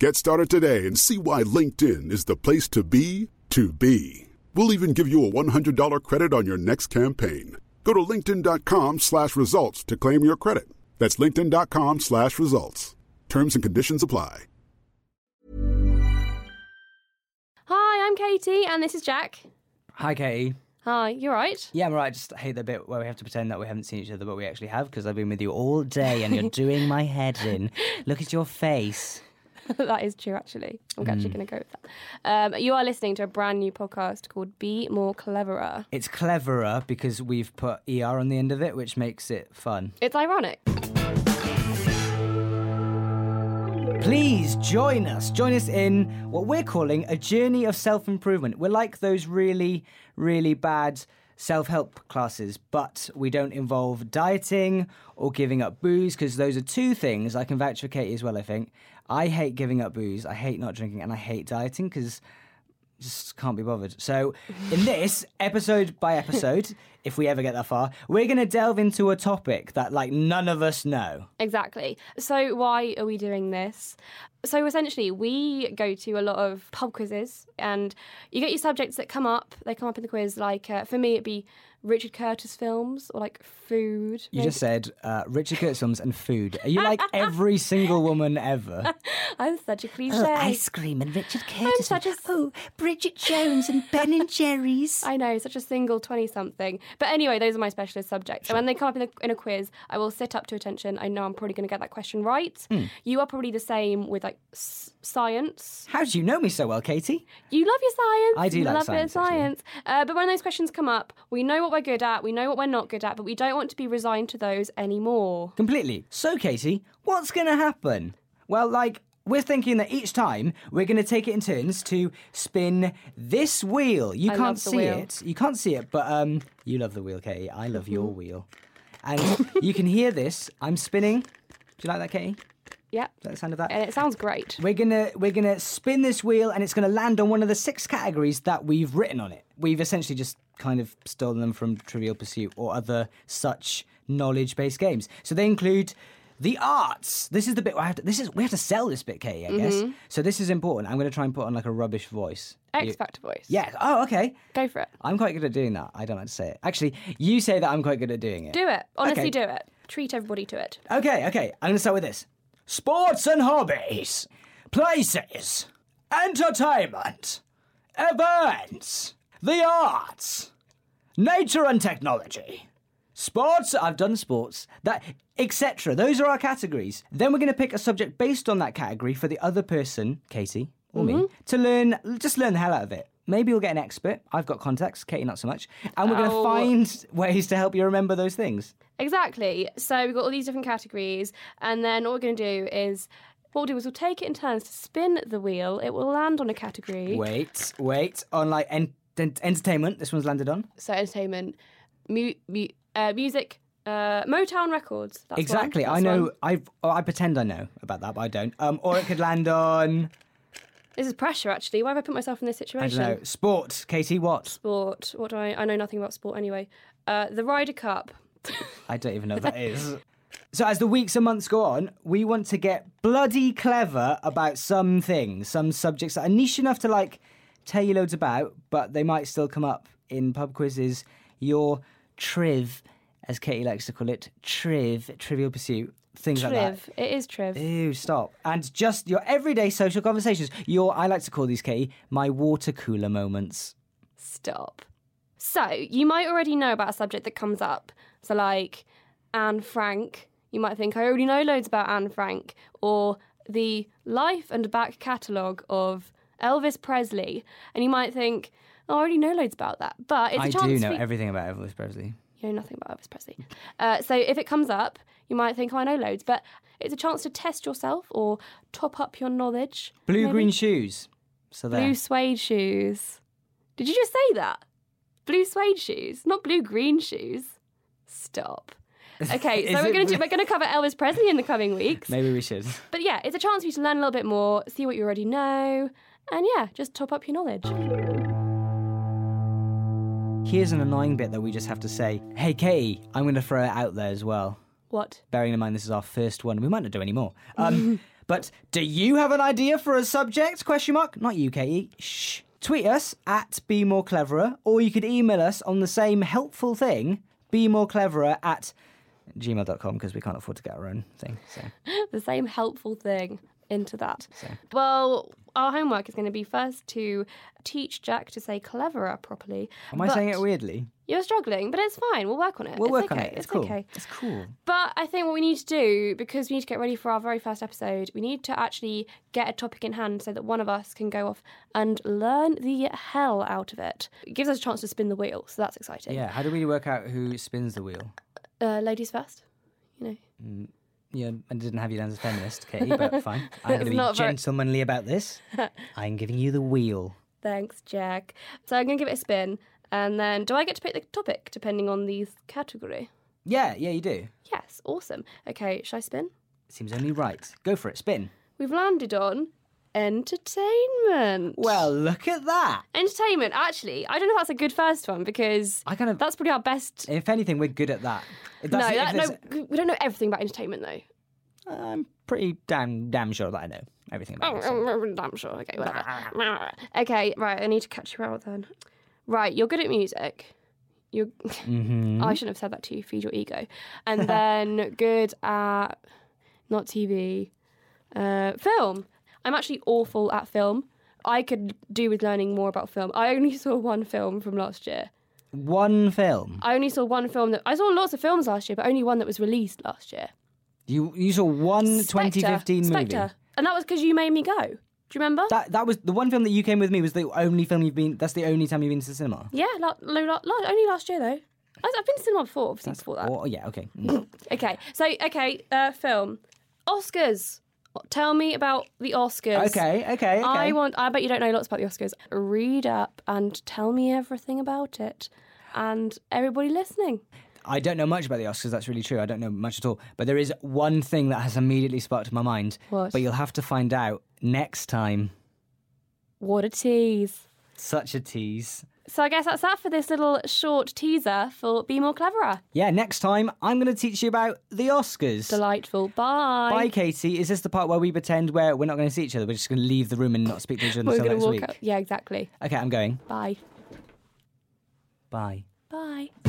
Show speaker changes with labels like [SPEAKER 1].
[SPEAKER 1] Get started today and see why LinkedIn is the place to be to be. We'll even give you a $100 credit on your next campaign. Go to linkedin.com slash results to claim your credit. That's linkedin.com slash results. Terms and conditions apply.
[SPEAKER 2] Hi, I'm Katie, and this is Jack.
[SPEAKER 3] Hi, Katie.
[SPEAKER 2] Hi, you right?
[SPEAKER 3] Yeah, I'm right. Just hate the bit where we have to pretend that we haven't seen each other, but we actually have because I've been with you all day and you're doing my head in. Look at your face.
[SPEAKER 2] that is true, actually. I'm
[SPEAKER 3] Hmm.
[SPEAKER 2] actually going to go with that. Um, you are listening to a brand new podcast called Be More Cleverer.
[SPEAKER 3] It's cleverer because we've put ER on the end of it, which makes it fun.
[SPEAKER 2] It's ironic.
[SPEAKER 3] Please join us. Join us in what we're calling a journey of self improvement. We're like those really, really bad self help classes, but we don't involve dieting or giving up booze because those are two things I can vouch for Katie as well, I think. I hate giving up booze, I hate not drinking, and I hate dieting because just can't be bothered. So, in this episode by episode, if we ever get that far, we're going to delve into a topic that like none of us know.
[SPEAKER 2] Exactly. So, why are we doing this? So, essentially, we go to a lot of pub quizzes, and you get your subjects that come up. They come up in the quiz. Like, uh, for me, it'd be Richard Curtis films or like food.
[SPEAKER 3] You just said uh, Richard Curtis films and food. Are you like every single woman ever?
[SPEAKER 2] I'm such a cliche.
[SPEAKER 4] cream and Richard Curtis.
[SPEAKER 2] I'm such a
[SPEAKER 4] Oh, Bridget Jones and Ben and Jerry's.
[SPEAKER 2] I know, such a single 20 something. But anyway, those are my specialist subjects. And when they come up in a, in a quiz, I will sit up to attention. I know I'm probably going to get that question right.
[SPEAKER 3] Hmm.
[SPEAKER 2] You are probably the same with like s- science.
[SPEAKER 3] How do you know me so well, Katie?
[SPEAKER 2] You love your science.
[SPEAKER 3] I do
[SPEAKER 2] You
[SPEAKER 3] like
[SPEAKER 2] love a bit of
[SPEAKER 3] science, actually.
[SPEAKER 2] science. Uh, but when those questions come up, we know what we're good at, we know what we're not good at, but we don't want to be resigned to those anymore.
[SPEAKER 3] Completely. So, Katie, what's going to happen? Well, like, we're thinking that each time we're going to take it in turns to spin this wheel. You
[SPEAKER 2] I
[SPEAKER 3] can't
[SPEAKER 2] love the
[SPEAKER 3] see
[SPEAKER 2] wheel.
[SPEAKER 3] it. You can't see it, but um, you love the wheel, Katie. I love your
[SPEAKER 2] Mm-hmm.
[SPEAKER 3] wheel. And you can hear this. I'm spinning. Do you like that, Katie? Is
[SPEAKER 2] Yep.
[SPEAKER 3] that the sound of that?
[SPEAKER 2] And it sounds great.
[SPEAKER 3] We're gonna we're gonna spin this wheel and it's gonna land on one of the six categories that we've written on it. We've essentially just kind of stolen them from Trivial Pursuit or other such knowledge-based games. So they include the arts. This is the bit where I have to, this is we have to sell this bit, Katie, I guess. So this is important. I'm gonna try and put on like a rubbish voice. You-
[SPEAKER 2] X Factor voice.
[SPEAKER 3] Yeah. Oh, okay.
[SPEAKER 2] Go for it.
[SPEAKER 3] I'm quite good at doing that. I don't like to say it. Actually, you say that I'm quite good at doing it.
[SPEAKER 2] Do it. Honestly,
[SPEAKER 3] Okay.
[SPEAKER 2] do it. Treat everybody to it.
[SPEAKER 3] Okay, okay. I'm going to start with this sports and hobbies, places, entertainment, events, the arts, nature and technology. Sports, I've done sports, that etc. Those are our categories. Then we're going to pick a subject based on that category for the other person, Katie or me, to learn just learn the hell out of it. Maybe you'll get an expert. I've got contacts, Katie not so much. And we're going to
[SPEAKER 2] Oh.
[SPEAKER 3] find ways to help you remember those things.
[SPEAKER 2] Exactly. So we've got all these different categories, and then what we're going to do is what we'll do is we'll take it in turns to spin the wheel. It will land on a category.
[SPEAKER 3] Wait, wait. On like en- en- entertainment, this one's landed on.
[SPEAKER 2] So entertainment, mu- mu- uh, music, uh, Motown records. That's one.
[SPEAKER 3] exactly. I
[SPEAKER 2] That's
[SPEAKER 3] know.
[SPEAKER 2] one.
[SPEAKER 3] I I pretend I know about that, but I don't. Um, or it could land on
[SPEAKER 2] This is pressure, actually. Why have I put myself in this
[SPEAKER 3] I
[SPEAKER 2] situation?
[SPEAKER 3] don't know sports. Katie, what?
[SPEAKER 2] Sport. What do I? I know nothing about sport anyway. Uh, the Ryder Cup.
[SPEAKER 3] I don't even know what that is. So, as the weeks and months go on, we want to get bloody clever about some things, some subjects that are niche enough to like tell you loads about, but they might still come up in pub quizzes. Your triv, as Katie likes to call it, triv, trivial pursuit, things like
[SPEAKER 2] Triv.
[SPEAKER 3] that.
[SPEAKER 2] It is Triv.
[SPEAKER 3] Ew, stop. And just your everyday social conversations. Your, I like to call these, Katie, my water cooler moments.
[SPEAKER 2] Stop. So, you might already know about a subject that comes up. So, like Anne Frank, you might think, I already know loads about Anne Frank, or the life and back catalogue of Elvis Presley. And you might think, "Oh, I already know loads about that. But it's a
[SPEAKER 3] I
[SPEAKER 2] chance
[SPEAKER 3] do know
[SPEAKER 2] for
[SPEAKER 3] everything about Elvis Presley.
[SPEAKER 2] you know nothing about Elvis Presley. Uh, so if it comes up, you might think, oh, I know loads, but it's a chance to test yourself or top up your knowledge.
[SPEAKER 3] Blue
[SPEAKER 2] Maybe
[SPEAKER 3] green shoes. So there.
[SPEAKER 2] blue suede shoes. Did you just say that? Blue suede shoes, not blue green shoes. Stop. Okay,
[SPEAKER 3] Is
[SPEAKER 2] so
[SPEAKER 3] it
[SPEAKER 2] we're going to
[SPEAKER 3] blue-
[SPEAKER 2] do, we're going to cover Elvis Presley in the coming weeks.
[SPEAKER 3] Maybe we should.
[SPEAKER 2] But yeah, it's a chance for you to learn a little bit more, see what you already know, and yeah, just top up your knowledge.
[SPEAKER 3] Here's an annoying bit that we just have to say. Hey, Katie, I'm going to throw it out there as well.
[SPEAKER 2] What?
[SPEAKER 3] Bearing in mind this is our first one, we might not do any more. Um, but do you have an idea for a subject? Question mark. Not you, Katie. Shh. Tweet us at Be More Cleverer, or you could email us on the same helpful thing, Be More Cleverer at gmail.com, because we can't afford to get our own thing. So
[SPEAKER 2] the same helpful thing into that. Well, our homework is going to be first to teach Jack to say cleverer properly.
[SPEAKER 3] Am I
[SPEAKER 2] but
[SPEAKER 3] saying it weirdly?
[SPEAKER 2] You're struggling, but it's fine. We'll work on it.
[SPEAKER 3] We'll
[SPEAKER 2] it's
[SPEAKER 3] work
[SPEAKER 2] okay.
[SPEAKER 3] on it. It's,
[SPEAKER 2] It's,
[SPEAKER 3] cool.
[SPEAKER 2] okay.
[SPEAKER 3] It's cool.
[SPEAKER 2] But I think what we need to do, because we need to get ready for our very first episode, we need to actually get a topic in hand so that one of us can go off and learn the hell out of it. It gives us a chance to spin the wheel, so that's exciting.
[SPEAKER 3] Yeah, how do we work out who spins the wheel?
[SPEAKER 2] Uh, ladies first, you know.
[SPEAKER 3] Yeah, I didn't have you down as a feminist, Katie, but fine. I'm going to
[SPEAKER 2] It's
[SPEAKER 3] be
[SPEAKER 2] not very-
[SPEAKER 3] gentlemanly about this. I'm giving you the wheel.
[SPEAKER 2] Thanks, Jack. So I'm going to give it a spin. And then, do I get to pick the topic depending on the category?
[SPEAKER 3] Yeah, yeah, you do.
[SPEAKER 2] Yes, awesome. Okay, shall I spin?
[SPEAKER 3] Seems only right. Go for it, spin.
[SPEAKER 2] We've landed on entertainment.
[SPEAKER 3] Well, look at that.
[SPEAKER 2] entertainment, actually, I don't know if that's a good first one because
[SPEAKER 3] I kind of.
[SPEAKER 2] that's probably our best.
[SPEAKER 3] If anything, we're good at that. If
[SPEAKER 2] No,
[SPEAKER 3] that's- if
[SPEAKER 2] that,
[SPEAKER 3] there's-
[SPEAKER 2] no, we don't know everything about entertainment though.
[SPEAKER 3] I'm pretty damn damn sure that Oh, I know everything about
[SPEAKER 2] Oh,
[SPEAKER 3] it.
[SPEAKER 2] I'm sure. Okay, whatever. okay, right. I need to catch you out then. Right, you're good at music. You're. I shouldn't have said that to you. Feed your ego, and then good at not TV, uh, film. I'm actually awful at film. I could do with learning more about film. I only saw one film from last year.
[SPEAKER 3] One film.
[SPEAKER 2] I only saw one film that I saw lots of films last year, but only one that was released last year.
[SPEAKER 3] You you saw one 2015 movie.
[SPEAKER 2] Spectre. And that was because you made me go. Do you remember?
[SPEAKER 3] That that was the one film that you came with me was the only film you've been. That's the only time you've been to the cinema.
[SPEAKER 2] Yeah, la- lo- la- la- only last year though. I- I've been to cinema before, obviously before that.
[SPEAKER 3] Oh yeah, okay.
[SPEAKER 2] Okay, so okay, uh, film, Oscars. Tell me about the Oscars.
[SPEAKER 3] okay, okay, okay.
[SPEAKER 2] I want. I bet you don't know lots about the Oscars. Read up and tell me everything about it, and everybody listening.
[SPEAKER 3] I don't know much about the Oscars. That's really true. I don't know much at all. But there is one thing that has immediately sparked my mind.
[SPEAKER 2] What?
[SPEAKER 3] But you'll have to find out next time.
[SPEAKER 2] What a tease!
[SPEAKER 3] Such a tease.
[SPEAKER 2] So I guess that's that for this little short teaser for Be More Cleverer.
[SPEAKER 3] Yeah, next time I'm going to teach you about the Oscars.
[SPEAKER 2] Delightful.
[SPEAKER 3] Bye, Katie. Is this the part where we pretend where we're not going to see each other? We're just going to leave the room and not speak to each other
[SPEAKER 2] We're
[SPEAKER 3] until
[SPEAKER 2] gonna
[SPEAKER 3] next
[SPEAKER 2] walk
[SPEAKER 3] week.
[SPEAKER 2] out. Yeah, exactly.
[SPEAKER 3] Okay, I'm going.
[SPEAKER 2] Bye.
[SPEAKER 3] Bye.
[SPEAKER 2] Bye.